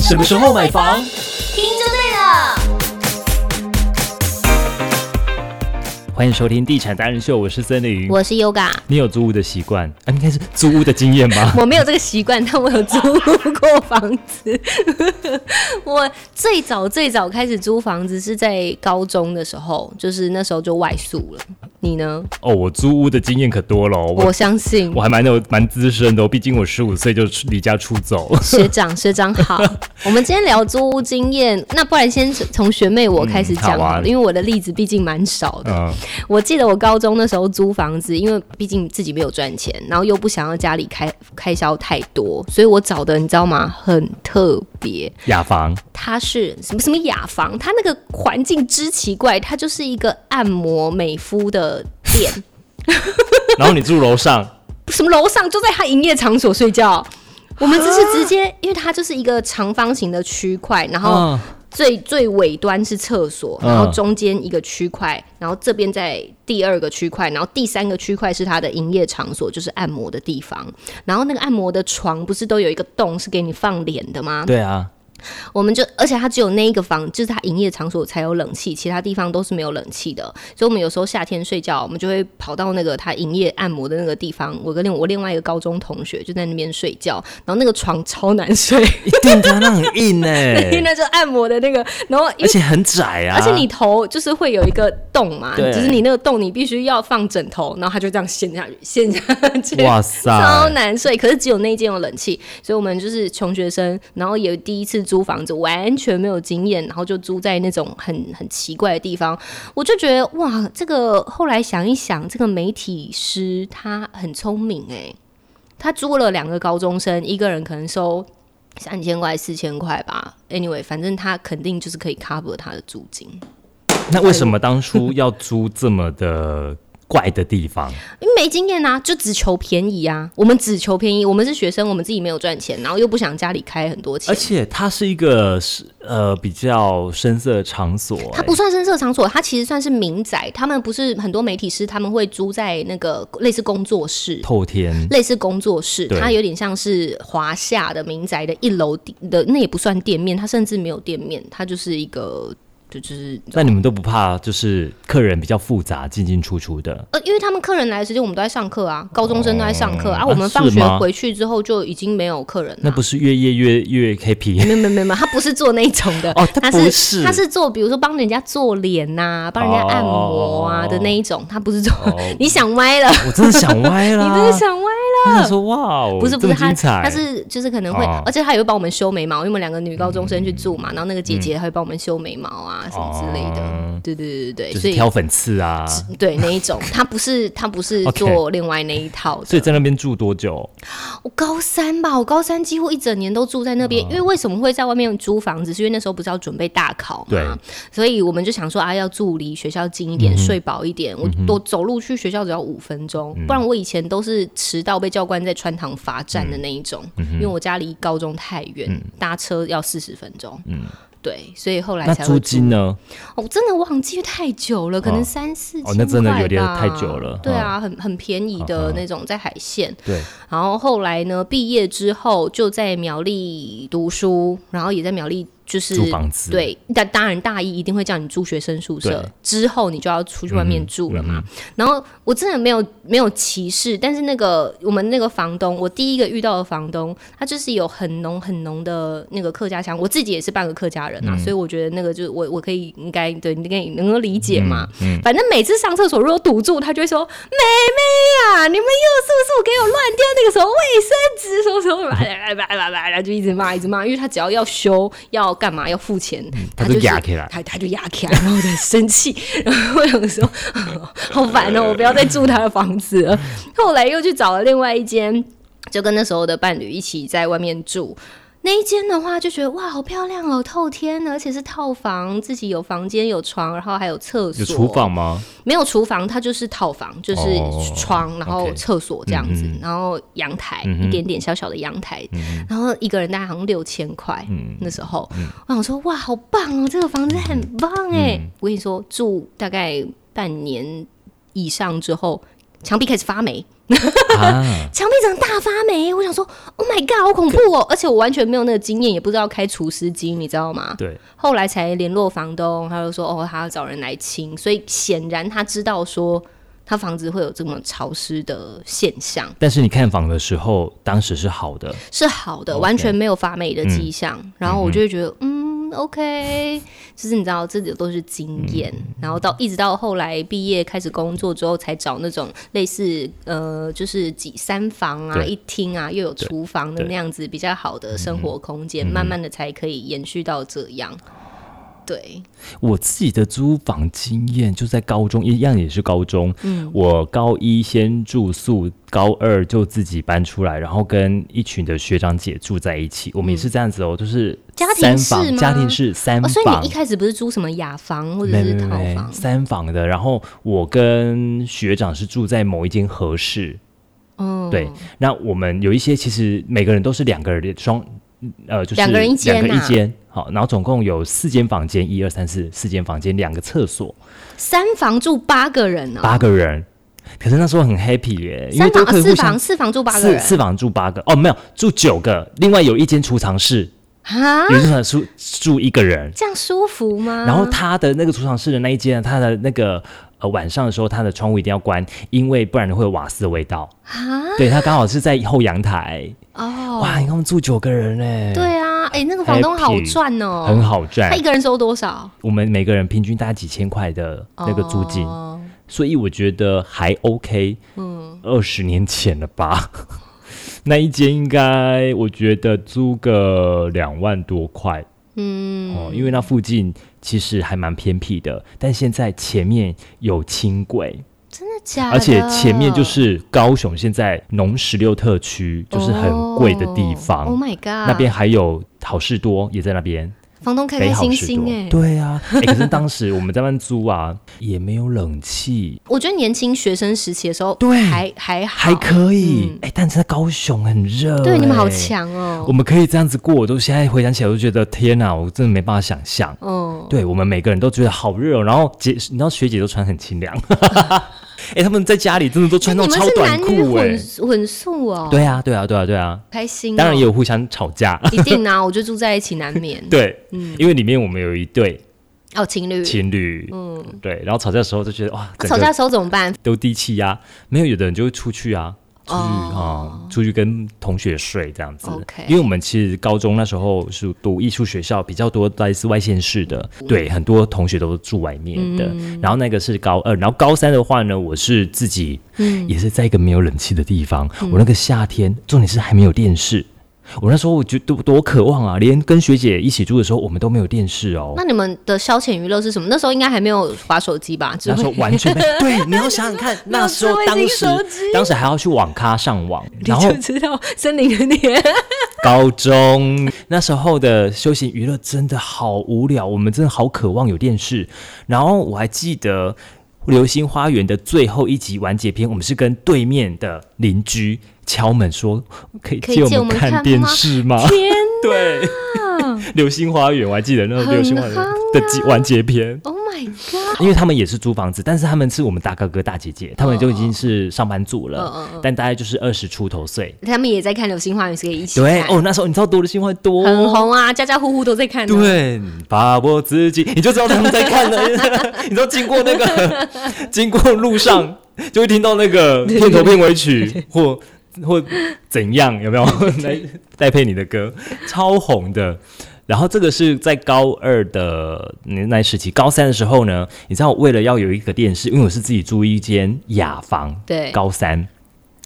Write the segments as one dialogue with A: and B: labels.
A: 什么时候买房？
B: 听就对了。
A: 欢迎收听《地产达人秀》，我是森林。
B: 我是 Yoga，
A: 你有租屋的习惯啊？应该是租屋的经验吧？
B: 我没有这个习惯，但我有租过房子。 我最早最早开始租房子是在高中的时候，就是那时候就外宿了。你呢？
A: 哦，我租屋的经验可多喽。我
B: 我相信
A: 我还蛮有蛮资深的、哦，毕竟我十五岁就出离家出走。
B: 学长学长 好。我们今天聊租屋经验，那不然先从学妹我开始讲好
A: 嗯好啊
B: 了，因为我的例子毕竟蛮少的。
A: 嗯，
B: 我记得我高中那时候租房子，因为毕竟自己没有赚钱，然后又不想要家里开开销太多，所以我找的你知道吗？很特别，
A: 雅房
B: 它是什么什么雅房，它那个环境之奇怪，它就是一个按摩美肤的店，
A: 然后你住楼上，
B: 什么楼上就在他营业场所睡觉。我们这是直接，因为它就是一个长方形的区块，然后
A: 嗯，
B: 最最尾端是厕所，
A: 嗯
B: 然后中间一个区块，然后这边在第二个区块，然后第三个区块是它的营业场所，就是按摩的地方。然后那个按摩的床不是都有一个洞是给你放脸的吗？
A: 对啊，
B: 我们就，而且它只有那一个房，就是它营业场所才有冷气，其他地方都是没有冷气的。所以我们有时候夏天睡觉，我们就会跑到那个它营业按摩的那个地方。我跟另我另外一个高中同学就在那边睡觉，然后那个床超难睡，
A: 一定的，那很硬哎、
B: 因为那就按摩的那个，然后
A: 而
B: 因为
A: 且很窄啊。
B: 而且你头就是会有一个洞嘛，
A: 对
B: 就是你那个洞你必须要放枕头，然后它就这样陷下去， 陷下去。
A: 哇塞，
B: 超难睡，可是只有那一间有冷气，所以我们就是穷学生，然后也第一次租房子，完全没有经验，然后就租在那种很很奇怪的地方，我就觉得哇，这个后来想一想，这个媒体师他很聪明哎、他租了两个高中生，一个人可能收三千块、四千块吧，anyway，反正他肯定就是可以 cover 他的租金。
A: 那为什么当初要租这么的怪的地方？
B: 因为没经验啊，就只求便宜啊。我们只求便宜，我们是学生，我们自己没有赚钱，然后又不想家里开很多
A: 而
B: 钱。
A: 且它是一个是呃比较深色的场所、欸，
B: 它不算深色场所，它其实算是民宅。他们不是很多媒体师，他们会租在那个类似工作室，
A: 透天，
B: 类似工作室，
A: 对
B: 它有点像是华夏的民宅的一楼底的，那也不算店面，它甚至没有店面，它就是一个就就是
A: 那你们都不怕就是客人比较复杂进进出出的？
B: 呃，因为他们客人来的时间我们都在上课啊，高中生都在上课、
A: 哦
B: 啊，我们
A: 啊
B: 放
A: 是
B: 学
A: 吗
B: 回去之后就已经没有客人了、啊
A: 那不是越夜越越 happy
B: 没有没有没有没有，他不是做那一种的
A: 哦他
B: 他
A: 不是
B: 是他是做比如说帮人家做脸呐、帮人家按摩啊
A: 哦
B: 的那一种，他不是做。，
A: 哦
B: 你想歪了，
A: 我真的想歪
B: 你
A: 了，
B: 真的想歪了。
A: 我想说哇哦，
B: 不是不是，
A: 这么
B: 他
A: 精彩，
B: 他是就是可能会
A: 哦，
B: 而且他也会帮我们修眉毛，因为我们两个女高中生去住嘛，然后那个姐姐还会帮我们修眉毛啊什么之类
A: 哦
B: 的。对对对对
A: 就
B: 对，所
A: 是
B: 以
A: 挑粉刺啊，
B: 对那一种，他不是他不是
A: OK
B: 做另外那一套的
A: 所以在那边住多久？
B: 我高三吧，我高三几乎一整年都住在那边，
A: 嗯
B: 因为为什么会在外面租房子？是因为那时候不是要准备大考
A: 对嗯
B: 嘛，所以我们就想说啊，要住离学校近一点，睡饱一点。我我走路去学校只要五分钟，
A: 嗯
B: 不然我以前都是迟到被教官在穿堂罚站
A: 嗯
B: 的那一种，因为我家离高中太远，搭车要四十分钟。对，所以后来
A: 嗯那
B: 才会
A: 租金呢？
B: 哦，我真的忘记太久了，可
A: 哦
B: 能三四千
A: 哦那真的
B: 块
A: 有点
B: 吧
A: 太久了嗯
B: 对啊，很很便宜的那种，在海线。
A: 对，
B: 然后后来呢，毕业之后就在苗栗读书，然后也在苗栗就是
A: 租房子
B: 对，但当然大一一定会叫你住学生宿舍
A: 对，嗯
B: 之后你就要出去外面住了嘛。然后我真的没有没有歧视，但是那个我们那个房东，我第一个遇到的房东，他就是有很浓很浓的那个客家腔，我自己也是半个客家人啊，所以我觉得那个就是我我可以应该对你可以能够理解嘛。反正每次上厕所如果堵住，他就会说：“妹妹啊，你们又是不是给我乱丢那个什么卫生纸什么什么，叭叭叭叭叭，就一直骂一直骂，因为他只要要修要干嘛要付钱，
A: 他
B: 就
A: 就是压起来
B: 他他就压起来，然后我就很生气，然后我想说， 好烦哦，我不要再住他的房子了。后来又去找了另外一间，就跟那时候的伴侣一起在外面住。那一间的话，就觉得哇，好漂亮哦，透天的，而且是套房，自己有房间、有床，然后还有厕所、
A: 有厨房吗？
B: 没有厨房，它就是套房，就是
A: 哦
B: 窗，然后
A: OK
B: 厕所这样子，
A: 嗯嗯
B: 然后阳台、
A: 嗯哼
B: 一点点小小的阳台，然后一个人大概好像六千块，
A: 嗯
B: 那时候、我想说哇，好棒哦，这个房子很欸棒哎、我跟你说，住大概半年以上之后。墙壁开始发霉，
A: 啊，
B: 墙壁整个大发霉。我想说，Oh my god，好恐怖哦！而且我完全没有那个经验，也不知道开除湿机，你知道吗？
A: 对，
B: 后来才联络房东，他就说哦，他要找人来清，所以显然他知道说他房子会有这么潮湿的现象，
A: 但是你看房的时候，当时是好的，
B: 是好的，
A: OK 嗯
B: 完全没有发霉的迹象。然后我就会觉得，嗯，OK，就是 你知道，这都是
A: 嗯
B: 经验。然后到一直到后来毕业开始工作之后，才找那种类似呃，就是几三房啊、
A: 对
B: 一厅啊，又有厨房的
A: 对嗯
B: 那样子比较好的生活空间，慢慢的才可以延续到这样。对，
A: 我自己的租房经验就在高中，一样也是高中。嗯，我高一先住宿，高二就自己搬出来，然后跟一群的学长姐住在一起。我们也是这样子哦，就是
B: 嗯家庭
A: 三
B: 式
A: 房，
B: 吗
A: 家庭式三
B: 哦，所以
A: 房
B: 你一。开始不是租什么雅房或者
A: 没
B: 是
A: 没
B: 套
A: 没
B: 房？
A: 三房的，然后我跟学长是住在某一间合适，
B: 嗯，
A: 对，那我们有一些其实每个人都是两个人双，呃，就是
B: 两个人一间
A: 两个
B: 呐
A: 一间，好，然后总共有四间房间，一二三四四间房间，两个厕所，
B: 三房住八个人呢、
A: 八个人。可是那时候很 happy 耶、因为
B: 三
A: 都
B: 房、啊、
A: 可以
B: 四
A: 互相
B: 房四房住八个
A: 四
B: 人
A: 四房住八个哦，没有住九个，另外有一间储藏室，
B: 啊，
A: 有一间储藏室住一个人。
B: 这样舒服吗？
A: 然后他的那个储藏室的那一间，他的那个呃晚上的时候，他的窗户一定要关，因为不然会有瓦斯的味道。
B: 啊
A: 对他刚好是在后阳台，
B: 哦，
A: 哇，你看我们住九个人哎、
B: 对啊，哎、那个房东
A: Happy，
B: 好赚哦、
A: 很好赚
B: 他一。个人收多少？
A: 我们每个人平均大概几千块的那个租金，
B: 哦
A: 所以我觉得还 OK。嗯，二十年前了吧？ 那一间应该我觉得租个两万多块
B: 嗯，
A: 哦，因为那附近其实还蛮偏僻的，但现在前面有轻轨，
B: 真的假的？
A: 而且前面就是高雄现在农十六特区，就是很贵的地方。
B: 哦 Oh my god，
A: 那边还有好事多也在那边，
B: 房东开
A: 北
B: 开
A: 好
B: 心
A: 事
B: 心
A: 多。
B: 哎、
A: 对 啊，哎、可是当时我们在那边租啊，也没有冷气，
B: 我觉得年轻学生时期的时候，
A: 对
B: 还还好
A: 还可以。哎、但是在高雄很热、
B: 嗯对，你们好
A: 哎。
B: 强哦、
A: 我们可以这样子过，我都现在回想起来，我都觉得天哪，我真的没办法想象。
B: 嗯，
A: 对我们每个人都觉得好热、哦，然后姐，你知道学姐都穿很清凉， 哎、他们在家里真的都穿那
B: 哎你
A: 种
B: 们
A: 超
B: 是
A: 短
B: 男女
A: 裤、
B: 混嗯
A: 哎，
B: 混宿哦、，
A: 对啊，对啊，对啊，对啊，
B: 开心、哦
A: 当然也有互相吵架，。
B: 一定啊，我就住在一起难免 嗯
A: 对，因为里面我们有一对
B: 哦，情侣
A: 情侣，嗯，对，然后吵架的时候就觉得哇，
B: 啊
A: 整
B: 吵架
A: 个
B: 的时候怎么办？
A: 都低气压，没有，有的人就会出去啊。出去啊、
B: 哦
A: 出去跟同学睡这样子
B: OK
A: 因为我们其实高中那时候是读艺术学校，比较多来自外县市的，对，很多同学都是住外面的。然后那个是高二，然后高三的话呢，我是自己，也是在一个没有冷气的地方。我那个夏天，重点是还没有电视。我那时候我觉得多多渴望啊，连跟学姐一起住的时候，我们都没有电视哦。
B: 那你们的消遣娱乐是什么？那时候应该还没有划手机吧？只
A: 那时候
B: 会
A: 完 全没对，你要想想看，
B: 没有
A: 那时候
B: 智慧
A: 当
B: 型
A: 时
B: 手机
A: 当时还要去网咖上网，然
B: 你
A: 后
B: 就知道森林的年。
A: 高中那时候的休闲娱乐真的好无聊，我们真的好渴望有电视。然后我还记得《流星花园》的最后一集完结篇，我们是跟对面的邻居敲门说：“可以
B: 可以
A: 借我
B: 借
A: 们
B: 我们
A: 看
B: 看
A: 电
B: 吗
A: 视吗？”
B: 天
A: 对，《流星花园》我还记得那个《流星花园
B: 很夯》啊
A: 的集完结篇。
B: Oh my god！
A: 因为他们也是租房子，但是他们是我们大哥哥大姐姐，他们就已经是上班族了，
B: 嗯
A: 但大概就是二十出头岁。
B: 他们也在看《流星花园》，是可以一起
A: 对
B: 看
A: 哦，，那时候你知道多的新欢多，
B: 很红啊，家家户户都在看。，啊
A: 对，把握自己，你就知道他们在看 了。你知道经过那个，经过路上就会听到那个片头片尾曲或或怎样，有没有来戴佩妮的歌，超红的。然后这个是在高二的那那时期，高三的时候呢，你知道为了要有一个电视，因为我是自己租一间雅房，
B: 对
A: 高三。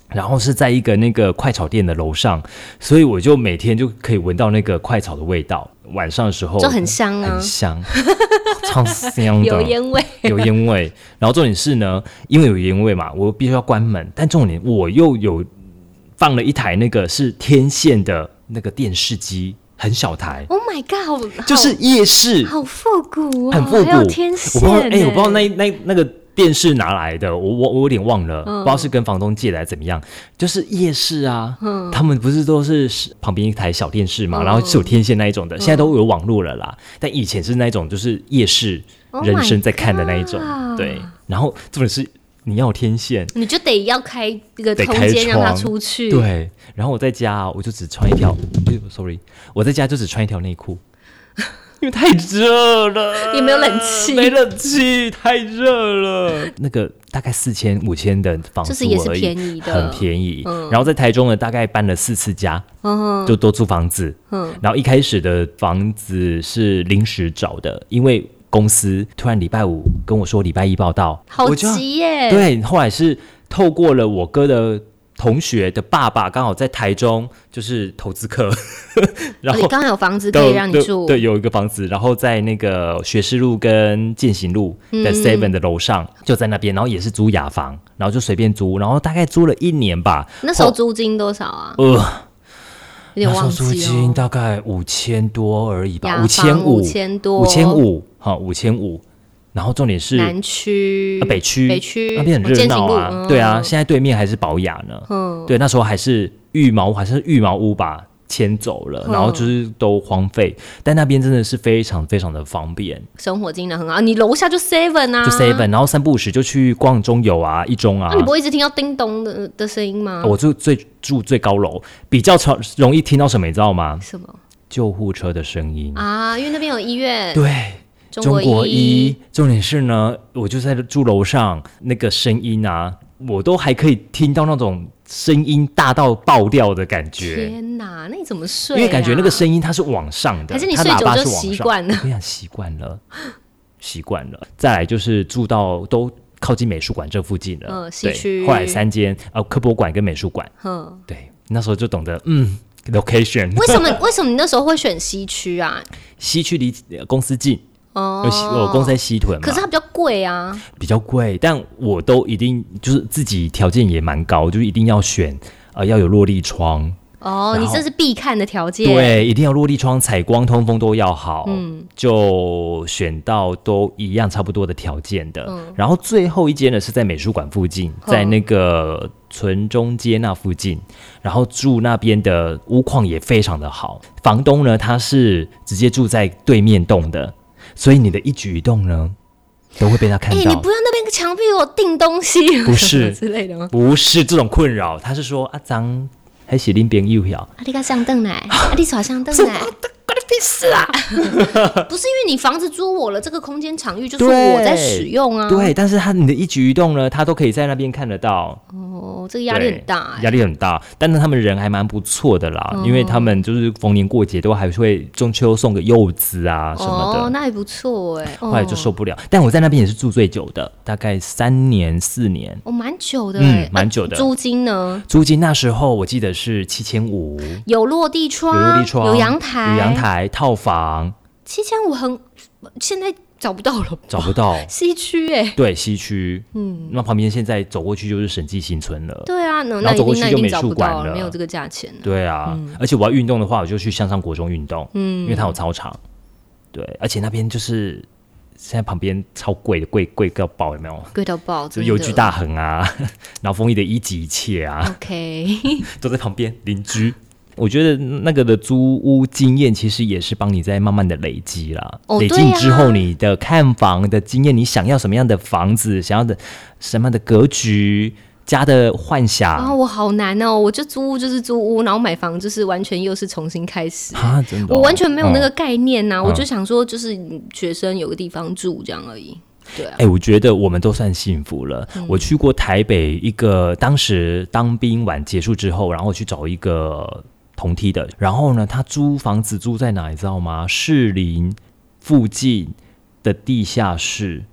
A: 然后是在一个那个快炒店的楼上，所以我就每天就可以闻到那个快炒的味道。晚上的时候
B: 就很香啊
A: 很香，超香的，
B: 有烟味。
A: 有烟味。然后重点是呢，因为有烟味嘛，我必须要关门。但重点我又有放了一台那个是天线的那个电视机，很小台，
B: Oh my god！好
A: 就是夜市，
B: 好复古哦，
A: 很复古。
B: 还有天线
A: 我不知道，哎、
B: 欸
A: 我不知道那那那个电视哪来的，我我我有点忘了，
B: 嗯
A: 不知道是跟房东借来怎么样。就是夜市啊，
B: 嗯
A: 他们不是都是是旁边一台小电视嘛，然后是有天线那一种的，
B: 嗯
A: 现在都有网络了啦。但以前是那一种就是夜市
B: Oh my
A: 人生在看的那一种
B: God
A: 对。然后重点是你要有天线，
B: 你就得要开一个
A: 得
B: 空
A: 开
B: 间让它
A: 窗
B: 出去。，
A: 对。然后我在家啊我就只穿一条，哎呦，sorry，我在家就只穿一条内裤， 因为太热了，
B: 也没有冷气
A: 没冷气，太热了。那个大概四千五千的房租而已，
B: 就是也是便宜的，
A: 很便宜。然后在台中呢，大概搬了四次家，
B: 嗯
A: 就都租房子。
B: 嗯
A: 然后一开始的房子是临时找的，因为公司突然礼拜五跟我说礼拜一报到，
B: 好
A: 我就要
B: 急耶！
A: 对，后来是透过了我哥的同学的爸爸，刚好在台中就是投资 客，然
B: 哦，
A: 后
B: 你刚好有房子可
A: 都
B: 以让你
A: 都
B: 住，
A: 对，有一个房子，然后在那个学士路跟践行路
B: 嗯
A: 的 Seven 的楼上，就在那边，然后也是租雅房，然后就随便租，然后大概租了一年吧，
B: 那时候租金多少啊？
A: 呃，
B: 有点
A: 那时候
B: 忘记
A: 租金
B: 哦。
A: 大概五千多而已吧，
B: 雅
A: 千
B: 房
A: 五，
B: 千多，
A: 五千，五，好，五千五。然后重点是
B: 南区
A: 啊、北区，
B: 北区
A: 那边很热闹啊，
B: 哦
A: 对啊，
B: 践行
A: 现在对面还是保雅呢，
B: 路嗯，
A: 对，那时候还是玉毛，还是玉毛屋吧，迁走了，
B: 嗯
A: 然后就是都荒废，但那边真的是非常非常的方便，
B: 生活真的很好。你楼下就 seven 啊，
A: 就 seven，然后三不五时就去逛中友啊、一中啊
B: 那、，你不会一直听到叮咚的的声音吗？
A: 我住最住最高楼，比较常容易听到什么，你知道吗？
B: 什么
A: 救护车的声音，
B: 啊？因为那边有医院，
A: 对。
B: 中
A: 中
B: 国
A: 国
B: 医
A: 医，，重点是呢，我就在住楼上，那个声音啊，我都还可以听到那种声音大到爆掉的感觉，
B: 天哪，那你怎么睡、
A: 因
B: 啊？
A: 为感觉那个声音它是往上的，
B: 还是你
A: 它
B: 睡
A: 喇
B: 久
A: 叭
B: 就是
A: 往上
B: 习惯了
A: 我跟你讲习惯了，习惯了。再来就是住到都靠近美术馆这附近了，
B: 嗯西
A: 对
B: 区
A: 后来三间呃科博馆跟美术馆，
B: 哼。
A: 对，那时候就懂得嗯 location，
B: 为什 么？为什么你那时候会选西区啊？
A: 西区离呃公司近，
B: 哦
A: 有，西我公司在西屯嘛，
B: 可是它比较贵啊。
A: 比较贵，但我都一定就是自己条件也蛮高，就是一定要选呃要有落地窗，
B: 哦，
A: 然
B: 你
A: 后
B: 这是必看的条件。，
A: 对，一定要落地窗、采光、通风都要好，嗯，就选到都一样差不多的条件的。
B: 嗯
A: 然后最后一间呢是在美术馆附近，在那个纯中街那附近，然后住那边的屋况也非常的好，房东呢他是直接住在对面栋的，所以你的一举一动呢都会被他看
B: 哎、
A: 到。
B: 你不要那边墙壁给我钉东西，
A: 不是
B: 之类的吗？
A: 不是这种困扰，他是说阿张还写林边又要，
B: 啊，你敢上凳来？啊，你耍上凳 来？
A: 关你屁事啊！
B: 不是因为你房子租我了，这个空间场域就是
A: 对
B: 我在使用啊。
A: 对，但是他你的一举一动呢，他都可以在那边看得到，
B: 哦，这个压力很大、
A: 对
B: 嗯哎。
A: 压力很大。但是他们人还蛮不错的啦，因为他们就是逢年过节都还会中秋送个柚子啊什么的。
B: 哦，那也不错哎、
A: 后来就受不了，但我在那边也是住最久的，大概三年四年。
B: 哦，蛮久的、
A: 嗯
B: 哎
A: 蛮久的
B: 啊租金呢？
A: 租金那时候我记得是七千五，
B: 有落地窗，
A: 有落地窗，
B: 有阳台，
A: 有阳。台套房
B: 七千五很，现在找不到了，
A: 找不到，
B: 西区哎、
A: 对，西区，嗯，那旁边现在走过去就是审计新村了。
B: 对啊，那
A: 然后
B: 那一
A: 走过
B: 定
A: 去
B: 那一
A: 就
B: 定
A: 美
B: 找不
A: 术馆
B: 到了，
A: 了
B: 没有这个价钱了。
A: 对啊，
B: 嗯
A: 而且我要运动的话，我就去向上国中运动，嗯，因为它有操场。对，而且那边就是现在旁边超贵的，贵贵到爆，有没有？
B: 贵到爆，
A: 就
B: 真的
A: 邮局大亨啊， 然后丰益的一级一切啊，
B: 嗯 OK，
A: 都在旁边邻居。我觉得那个的租屋经验，其实也是帮你在慢慢的累积啦。
B: 哦
A: 累
B: 对
A: 积
B: 啊
A: 之后，你的看房的经验，你想要什么样的房子，想要的什么样的格局，家的幻想
B: 然后我好难哦，我就租屋就是租屋，然后买房就是完全又是重新开始。
A: 啊，真的哦、
B: 我完全没有那个
A: 嗯。
B: 概念呐、
A: 嗯
B: 我就想说，就是学生有个地方住这样而已。对啊
A: 哎、，我觉得我们都算幸福了。我去过台北一个，当时当兵完结束之后，然后去找一个同梯的，然后呢，他租房子租在哪，你知道吗？士林附近的地下室。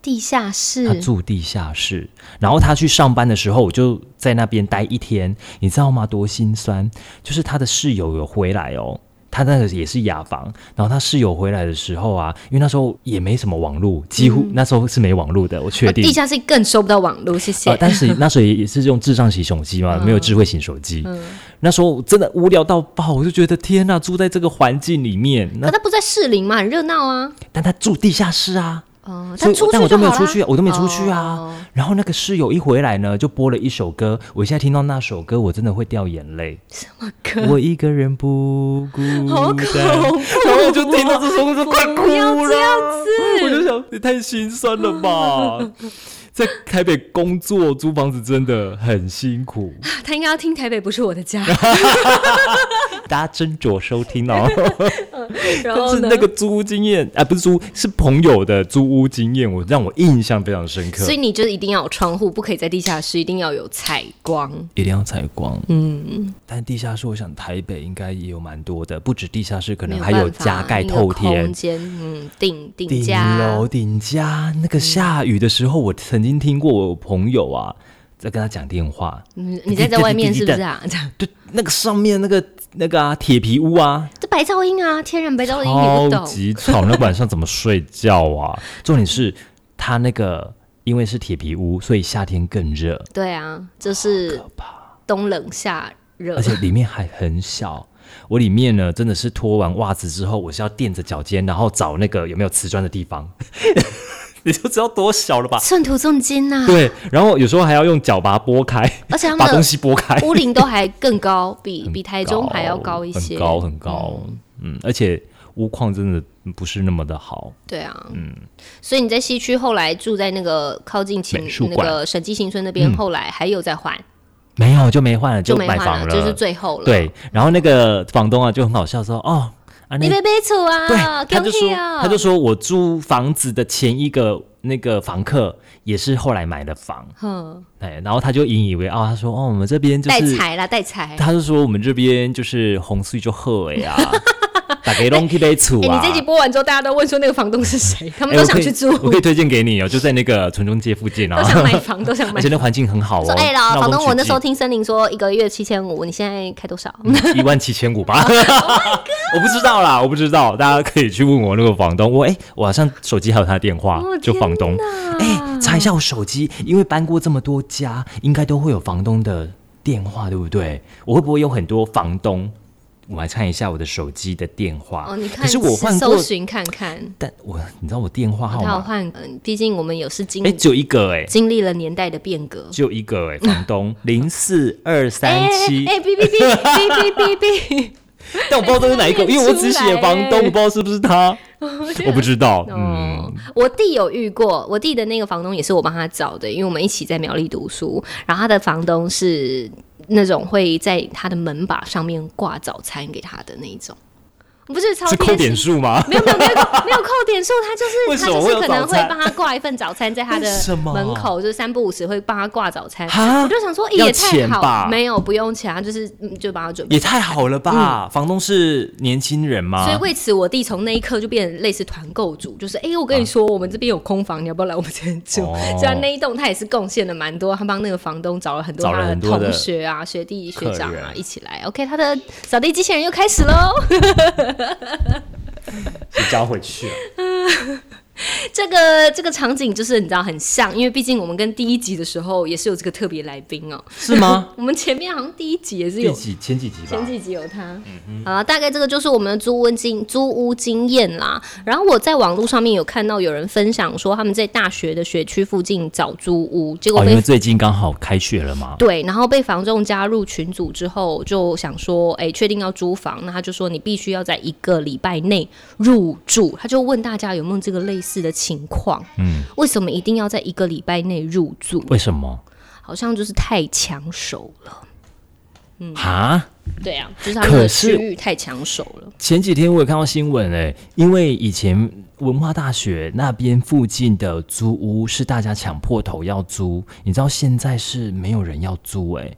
B: 地下室
A: 他啊住地下室，然后他去上班的时候，我就在那边待一天，你知道吗？多心酸！就是他的室友有回来哦，他那个也是雅房，然后他室友回来的时候啊，因为那时候也没什么网络，几乎、那时候是没网络的，我确
B: 嗯哦
A: 定。
B: 地下室更收不到网络，谢谢。
A: 呃，但是那时候也是用智障型手机嘛，没有智慧型手
B: 嗯
A: 机。那时候真的无聊到爆，我就觉得天呐，住在这个环境里面，那
B: 可他不在士林嘛，很热闹啊。
A: 但他住地下室啊，
B: 哦、
A: 所
B: 但
A: 以
B: 出去
A: 但我都
B: 就
A: 没有
B: 好
A: 出
B: 啦
A: 去啊，我都没出去啊。
B: 哦
A: 然后那个室友一回来呢，就播了一首歌，我现在听到那首歌，我真的会掉眼泪。什么
B: 歌？
A: 我一个人不孤单。
B: 好恐怖！
A: 然后我就听 到这首歌，我就快哭
B: 不要
A: 了
B: 这样子。
A: 我就想，也太心酸了吧！在台北工作租房子真的很辛苦，
B: 他应该要听台北不是我 的家，
A: 大家斟酌收听哦。
B: 然
A: 但
B: 后
A: 是
B: 呢
A: 那？个租屋经验啊，不是租，是朋友的租屋经验，我让我印象非常深刻
B: 所。以你就是一定要有窗户，不可以在地下室，一定要有采光。
A: 一定要采光，嗯，但地下室，我想台北应该也有蛮多的，不止地下室，可
B: 没
A: 能
B: 有
A: 还有
B: 办法
A: 加盖
B: 那个
A: 透
B: 空
A: 天、
B: 间，嗯，顶顶
A: 顶
B: 家
A: 楼、顶家。那个下雨的时候，我曾经听过我朋友啊，在跟他讲电话，
B: 嗯，你在在外面是不 是啊？这样
A: 对，那个上面那个那个啊，铁皮屋啊，
B: 这白噪音啊，天然白噪音你
A: 超
B: 不懂。
A: 级吵，那晚上怎么睡觉啊？重点是它那个因为是铁皮屋，所以夏天更热，
B: 对啊，就是冬冷夏热
A: 而，且里面还很小。我里面呢，真的是脱完袜子之后，我是要垫着脚尖，然后找那个有没有瓷砖的地方， 你就知道多小了吧？
B: 寸土寸金啊呐、
A: 对，然后有时候还要用脚把它拨开，
B: 而且他
A: 把
B: 们
A: 东
B: 的
A: 西拨开，
B: 屋龄都还更高，比
A: 很
B: 比台中还要高一些。
A: 很高很高，嗯，而且屋况真的不是那么的好，
B: 对啊，
A: 嗯
B: 所以你在西区后来住在那个靠近秦
A: 美术
B: 那
A: 馆
B: 个审计新村那边，后来还有在还，
A: 没有就没换了，
B: 就没
A: 买
B: 还
A: 房
B: 了，就是最后了。
A: 对，，然后那个房东啊就很好笑说，哦，啊
B: 你
A: 那
B: 被被处
A: 对
B: 啊，，
A: 他就
B: 恭
A: 说
B: 喜啊
A: 他就说我租房子的前一个那个房客也是后来买的房，
B: 哼，
A: 哎，然后他就引以为傲，他说哦我们这边就
B: 带
A: 是，
B: 财啦，带财。
A: 他就说我们这边就是红水就喝呀， 打给 l o n g 处
B: 哎、
A: 啊。
B: 你这集播完之后，大家都问说那个房东是谁，他
A: 哎
B: 们都
A: 我可
B: 想
A: 以
B: 去租，
A: 我可以推荐给你哦，就在那个城中街附近啊
B: 都，想买房，都想买
A: 而且。那环境很好哦。
B: 说哎啦，
A: 闹
B: 房东，
A: 中
B: 我
A: 取
B: 那时候
A: 静嗯
B: 听森林说一个月七千五，你现在开多少？
A: 一万七千五 吧。
B: Oh
A: 我不知道啦，我不知道，大家可以去问我那个房东。我哎、我好像手机还有他的电话，
B: 哦
A: 就房东。哎、查一下我手机，因为搬过这么多家，应该都会有房东的电话，对不对？我会不会有很多房东？我来看一下我的手机的电话。
B: 哦，你看，
A: 可是我换过
B: 搜，寻看看，
A: 但我你知道我电话号
B: 他有
A: 码，
B: 换，嗯，毕竟我们有是经、
A: 哎、只有一个哎、
B: 经历了年代的变革。
A: 只有一个哎、房 东零四二三七。
B: 哎哎，哔哔哔哔哔 哔
A: 但我不知道这是 哪一个，因为我只写房东，我不知道是不是他，
B: 哔。
A: 我不知道。嗯，
B: 哦，我弟有遇过，我弟的那个房东也是我帮他找的，因为我们一起在苗栗读书，然后他的房东是那种会在他的门把上面挂早餐给他的那一种，不是超
A: 是扣
B: 贴
A: 点
B: 心。
A: 数吗？
B: 没有没有没有没有扣点数，他就
A: 为
B: 是
A: 什
B: 他
A: 么
B: 就
A: 会
B: 是
A: 有
B: 可能
A: 早
B: 会
A: 餐
B: 帮他挂一份早餐在他的
A: 为什么
B: 门口，就是三不五时会帮他挂早餐。
A: 哈
B: 我就想说，咦
A: 要
B: 也太
A: 钱吧
B: 好，没有不用钱，他就是嗯就帮他准备。
A: 也太好了吧！房东是年轻人吗？
B: 嗯所以为此，我弟从那一刻就变成类似团购主，就是哎、诶我跟你说，我们这边有空房，你要不要来我们这边住？
A: 哦
B: 所以他那一栋他也是贡献了蛮多，他帮那个房东找了很多
A: 找了
B: 他
A: 很多的
B: 同学啊、学弟、学长
A: 客
B: 啊
A: 人
B: 一起来。OK，他的扫地机器人又开始喽。
A: 就交回 去了。
B: 这个这个场景就是你知道很像，因为毕竟我们跟第一集的时候也是有这个特别来宾哦、
A: 是吗？
B: 我们前面好像第一集也是
A: 第
B: 有
A: 几前几集吧嗯
B: 前？几集有他，好了，大概这个就是我们的租屋经租屋经验啦。然后我在网络上面有看到有人分享说他们在大学的学区附近找租屋，结果
A: 哦，
B: 被、
A: 因为最近刚好开学了嘛。
B: 对，然后被房仲加入群组之后，就想说，哎，确定要租房，那他就说你必须要在一个礼拜内入住，他就问大家有没有这个类似的情况，嗯，为什么一定要在一个礼拜内入住？
A: 为什么？
B: 好像就是太抢手了，嗯
A: 哈？
B: 对啊，就是他们的
A: 可是
B: 区域太抢手了。
A: 前几天我有看到新闻哎、因为以前文化大学那边附近的租屋是大家抢破头要租，你知道现在是没有人要租哎、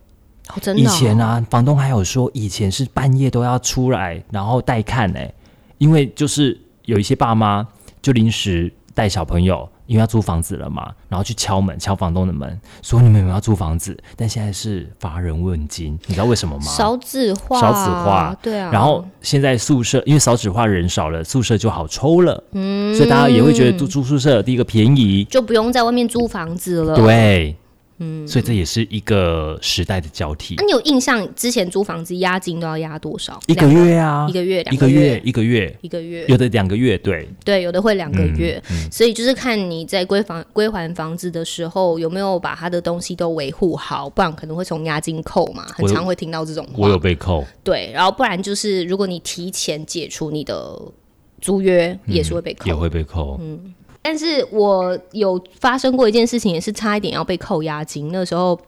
B: 哦，真
A: 以
B: 的、哦，
A: 前啊，房东还有说，以前是半夜都要出来，然后带看哎、因为就是有一些爸妈就临时带小朋友，因为要租房子了嘛，然后去敲门，敲房东的门，说你们有没有要租房子？但现在是乏人问津，你知道为什么吗？
B: 少子化，
A: 少子化
B: 对啊。
A: 然后现在宿舍因为少子化人少了，宿舍就好抽了，嗯，所以大家也会觉得住住宿舍第一个便宜，
B: 就不用在外面租房子了。那、
A: 对，嗯，所以这也是一个时代的交替。
B: 啊你有印象之前租房子押金都要押多少？
A: 一个
B: 两
A: 月啊，
B: 一个月两
A: 一
B: 个
A: 个
B: 月
A: 月，一个月，
B: 一个月，
A: 有的两个月，对，
B: 对，有的会两个月，
A: 嗯
B: 所以就是看你在归房归还房子的时候有没有把他的东西都维护好，不然可能会从押金扣嘛，很
A: 我有
B: 常会听到这种
A: 我
B: 话。
A: 有被扣，
B: 对，然后不然就是如果你提前解除你的租约，也是会被扣。
A: 嗯也会被扣。
B: 哎、但是我有发生过一件事情，也是差一点要被扣押金。那时候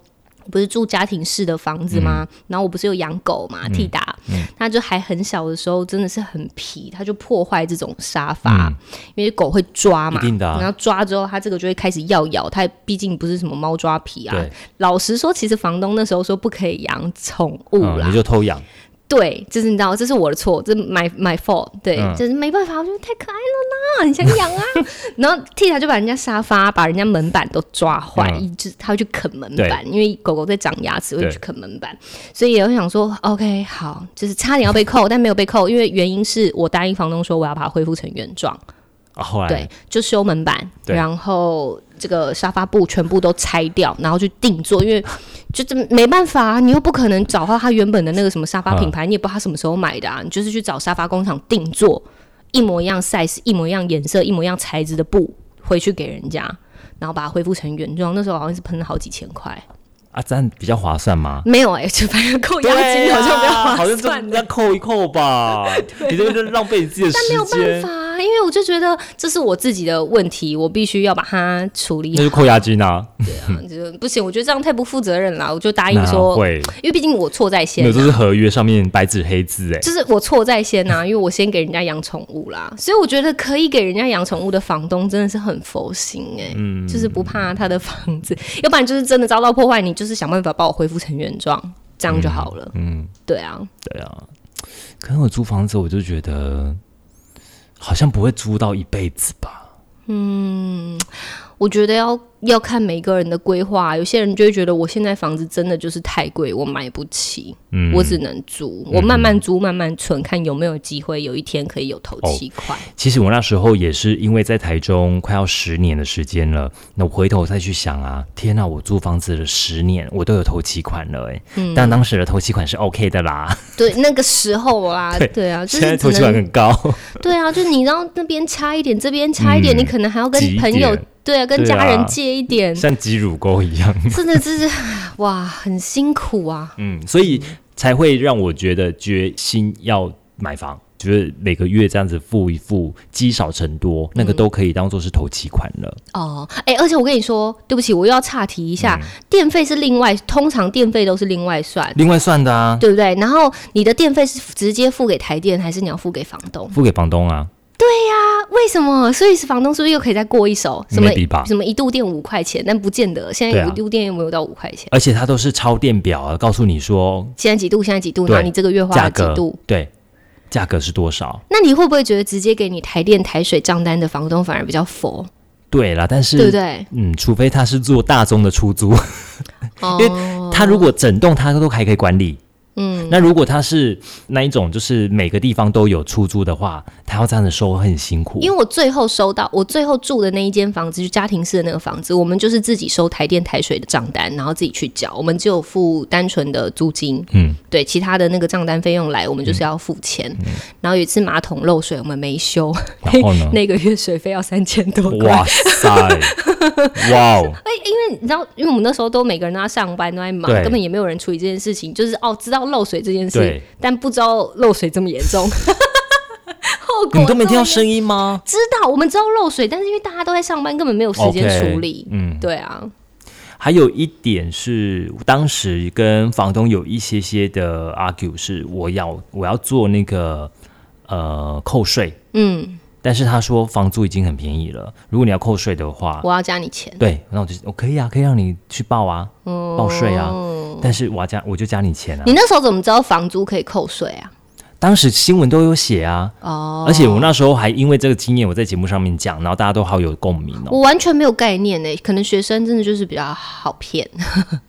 B: 不是住家庭式的房子吗？
A: 嗯
B: 然后我不是有养狗嘛，替达，它就还很小的时候，真的是很皮，它就破坏这种沙发，因为狗会抓嘛，
A: 嗯一定的啊
B: 然后抓之后，它这个就会开始要咬，它毕竟不是什么猫抓皮啊
A: 对。
B: 老实说，其实房东那时候说不可以养宠物啦，
A: 嗯，你就偷养，
B: 对，就是你知道，这是我的错，这 my my fault，对，
A: 嗯
B: 就是没办法，我觉得太可爱了啦，很想 养啊。然后 T 他就把人家沙发、把人家门板都抓坏，
A: 嗯
B: 一直他会去啃门板，因为狗狗在长牙齿会
A: 对
B: 去啃门板，所以我想说，OK，好，就是差点要被扣，但没有被扣，因为原因是我答应房东说我要把它恢复成原状，
A: 啊后来
B: 对，就修门板，
A: 对
B: 然后这个沙发布全部都拆掉，然后去定做，因为 就是没办法啊，你又不可能找到他原本的那个什么沙发
A: 嗯
B: 品牌，你也不知道他什么时候买的啊，你就是去找沙发工厂定做一模一样 size、一模一样颜色、一模一样材质的布回去给人家。然后把它恢复成原状，那时候好像是喷了好几千块，
A: 啊，这样比较划算吗？
B: 没有哎、 就反正扣押金好像比较划
A: 啊好像就
B: 算
A: 人家扣一扣 吧，你这个就浪费你自己的
B: 但没有
A: 时
B: 办
A: 间
B: 法，啊，因为我就觉得这是我自己的问题，我必须要把它处理
A: 那就扣押金啊，
B: 就不行，我觉得这样太不负责任了。我就答应
A: 哪
B: 哎说，
A: 会？
B: 因为毕竟我错在
A: 没
B: 先
A: 有，这
B: 啊、
A: 是合约上面白纸黑字哎，
B: 就是我错在先呐、因为我先给人家养宠物啦，所以我觉得可以给人家养宠物的房东真的是很佛心哎、
A: 嗯
B: 就是不怕他的房子， 要不然就是真的遭到破坏，你就是想办法把我恢复成原状，这样就好了。
A: 嗯，
B: 对啊，
A: 对啊。可能我租房子，我就觉得好像不会租到一辈子吧。
B: 我觉得要要看每个人的规划，有些人就会觉得我现在房子真的就是太贵，我买不起，
A: 嗯，
B: 我只能租，我慢慢租，慢慢存，看有没有机会有一天可以有头
A: 哦
B: 期款。
A: 其实我那时候也是因为在台中快要十年的时间了，那我回头再去想啊，天呐，我租房子了十年，我都有头期款了哎、
B: 嗯
A: 但当时的头期款是 OK 的 啦，
B: 对，那个时候啦，
A: 对
B: 对啊啊，就
A: 现在
B: 是
A: 头
B: 只
A: 期款
B: 能
A: 很高，
B: 对啊，就你让那边差一点，这边差一点，
A: 嗯
B: 你可能还要跟
A: 挤一
B: 朋友
A: 点
B: 对啊，跟
A: 对
B: 家人
A: 啊
B: 借一点，
A: 像挤乳沟一样。
B: 真的就是哇，很辛苦啊。
A: 嗯，所以才会让我觉得决心要买房，就是每个月这样子付一付，积少成多，那个都可以当做是头期款了。
B: 哦，哎、而且我跟你说，对不起，我又要岔题一下，
A: 嗯
B: 电费是另外，通常电费都是另外算，
A: 另外算的啊，
B: 对不对？然后你的电费是直接付给台电，还是你要付给房东？
A: 付给房东啊，
B: 啊，为什么？所以是房东是不是又可以再过一手？什么
A: Maybe 吧
B: 什么一度电五块钱，但不见得，现
A: 对
B: 在
A: 啊
B: 一度电有没有到五块钱？
A: 而且他都是抄电表啊，告诉你说
B: 现在几度？现在几度？
A: 对
B: 然后你这个月花
A: 价
B: 了几
A: 格
B: 度？，
A: 对，价格是多少？
B: 那你会不会觉得直接给你台电、台水账单的房东反而比较佛，
A: 对啦，但是
B: 对不对？
A: 嗯，除非他是做大宗的出租，
B: 哦
A: 因为嗯 他如果整栋他都还可以管理。嗯，那如果他是那一种，就是每个地方都有出租的话，他要这样子收会很辛苦。
B: 因为我最后收到，我最后住的那一间房子，就家庭式的那个房子，我们就是自己收台电、台水的账单，然后自己去缴，我们只有付单纯的租金，
A: 嗯，
B: 对，其他的那个账单费用来，我们就是要付钱。然后有一次马桶漏水，我们 没修，
A: 然后呢？
B: 那个月水费要三千多块。
A: 哇 塞，哇哦，
B: 你知道，因为我们那时候都每个人都在上班，都在忙，
A: 对
B: 根本也没有人处理这件事情。就是哦，知道漏水这件事
A: 对，
B: 但不知道漏水这么严 重。后果
A: 你都没听到
B: 音？
A: 声音吗？
B: 知道，我们知道漏水，但是因为大家都在上班，根本没有时间
A: OK，
B: 处理。
A: 嗯，
B: 对啊，
A: 还有一点是，当时跟房东有一些些的 argue，是我要我要做那个呃扣税，
B: 嗯，
A: 但是他说房租已经很便宜了，如果你要扣税的话，
B: 我要加你钱。
A: 对，那我就我可以啊，可以让你去报啊，报税啊，但是我要加我就加你钱啊
B: 哦你。那时候怎么知道房租可以扣税啊？
A: 当时新闻都有写啊，
B: 哦，
A: 而且我那时候还因为这个经验，我在节目上面讲，然后大家都好有共鸣哦。
B: 我完全没有概念呢、欸可能学生真的就是比较好骗。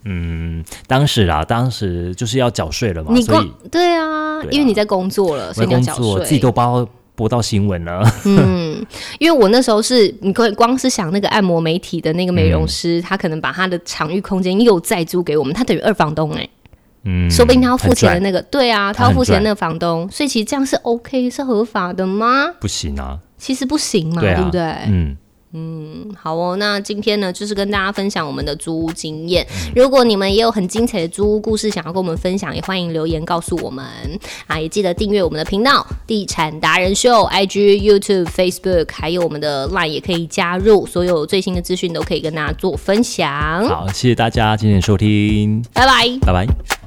A: 嗯，当时啦，当时就是要缴税了嘛，
B: 你
A: 所
B: 光
A: 以
B: 对啊，
A: 对啊
B: 因为你在工作了，所
A: 我
B: 以你要
A: 工
B: 缴
A: 作
B: 税。
A: 自己都包播到新闻了，
B: 因为我那时候是你光光是想那个按摩媒体的那个美容师，他可能把他的场域空间又再租给我们，他等于二房东哎、
A: 嗯，
B: 说不定他要付
A: 很
B: 钱
A: 赚
B: 的那个，对啊，他
A: 他
B: 要
A: 很
B: 付钱
A: 赚
B: 的那个房东，所以其实这样是 OK 是合法的吗？
A: 不行啊，
B: 其实不行嘛，
A: 对啊，
B: 不对？
A: 嗯，
B: 好哦，那今天呢，就是跟大家分享我们的租屋经验。如果你们也有很精彩的租屋故事想要跟我们分享，也欢迎留言告诉我们啊！也记得订阅我们的频道“地产达人秀 ”，IG、YouTube、Facebook，还有我们的 LINE 也可以加入，所有最新的资讯都可以跟大家做分享。
A: 好，谢谢大家今天的收听，
B: 拜拜。
A: 拜拜。